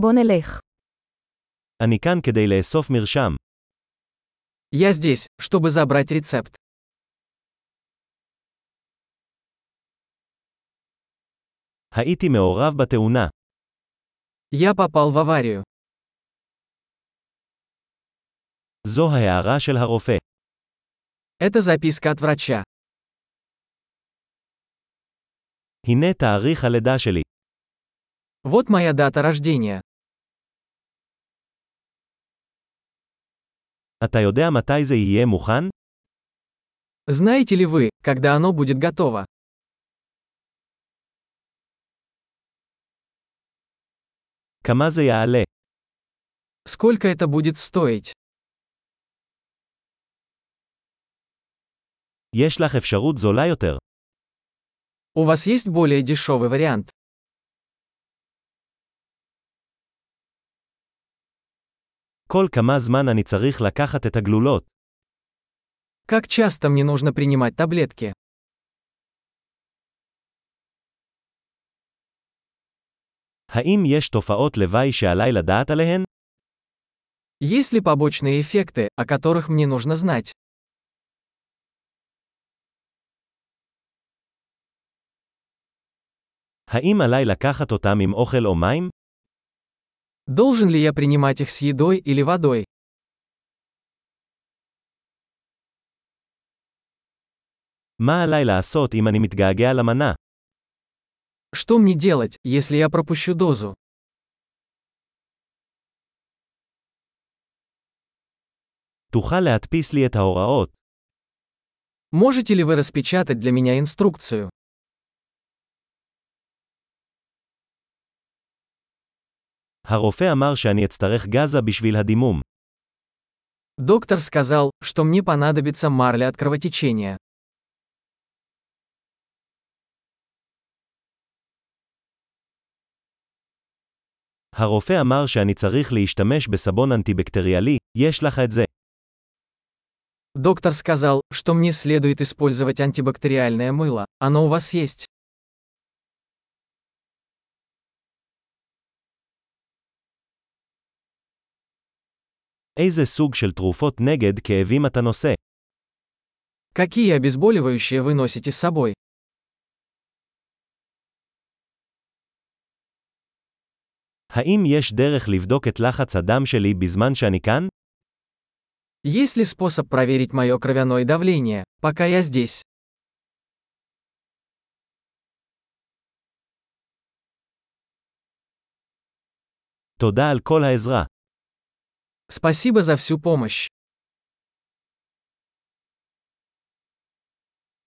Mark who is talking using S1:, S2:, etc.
S1: בוא נלך.
S2: אני כאן כדי לאסוף מרשם.
S3: Я здесь, чтобы забрать рецепт.
S2: הייתי מעורב בתאונה.
S3: Я попал в аварию.
S2: זו ההערה של הרופא.
S3: Это записка от врача.
S2: הנה תאריך הלידה שלי.
S3: Вот моя дата рождения.
S2: אתה יודע מתי זה יהיה מוכן?
S3: Знаете ли вы, когда оно будет готово?
S2: כמה זה יעלה?
S3: Сколько это будет стоить?
S2: יש לך אפשרות זולה יותר.
S3: У вас есть более дешевый вариант?
S2: כל כמה זמן אני צריך לקחת את הגלולות.
S3: Как часто мне нужно принимать таблетки?
S2: האם יש תופעות לוואי שעליי לדעת עליהן?
S3: Есть ли побочные эффекты, о которых мне нужно знать?
S2: האם עליי לקחת אותם עם אוכל או מים?
S3: Должен ли я принимать их с едой или водой?
S2: מה עליי לעשות אם אני מתגעגע למנה?
S3: Что мне делать, если я пропущу дозу?
S2: תוכל להדפיס לי את ההוראות.
S3: Можете ли вы распечатать для меня инструкцию?
S2: הרופא אמר שאני אצטרך גזה בשביל הדימום.
S3: Доктор сказал, что мне понадобится марля от кровотечения.
S2: הרופא אמר שאני צריך להשתמש בסבון אנטיבקטריאלי, יש לך את זה.
S3: Доктор сказал, что мне следует использовать антибактериальное мыло. Оно у вас есть.
S2: איזה סוג של תרופות נגד כאבים אתה נושא?
S3: Какие обезболивающие вы носите с собой?
S2: האם יש דרך לבדוק את לחץ הדם שלי בזמן שאני כאן?
S3: Есть ли способ проверить мое кровяное давление, пока я здесь?
S2: תודה על כל העזרה.
S3: Спасибо за всю помощь.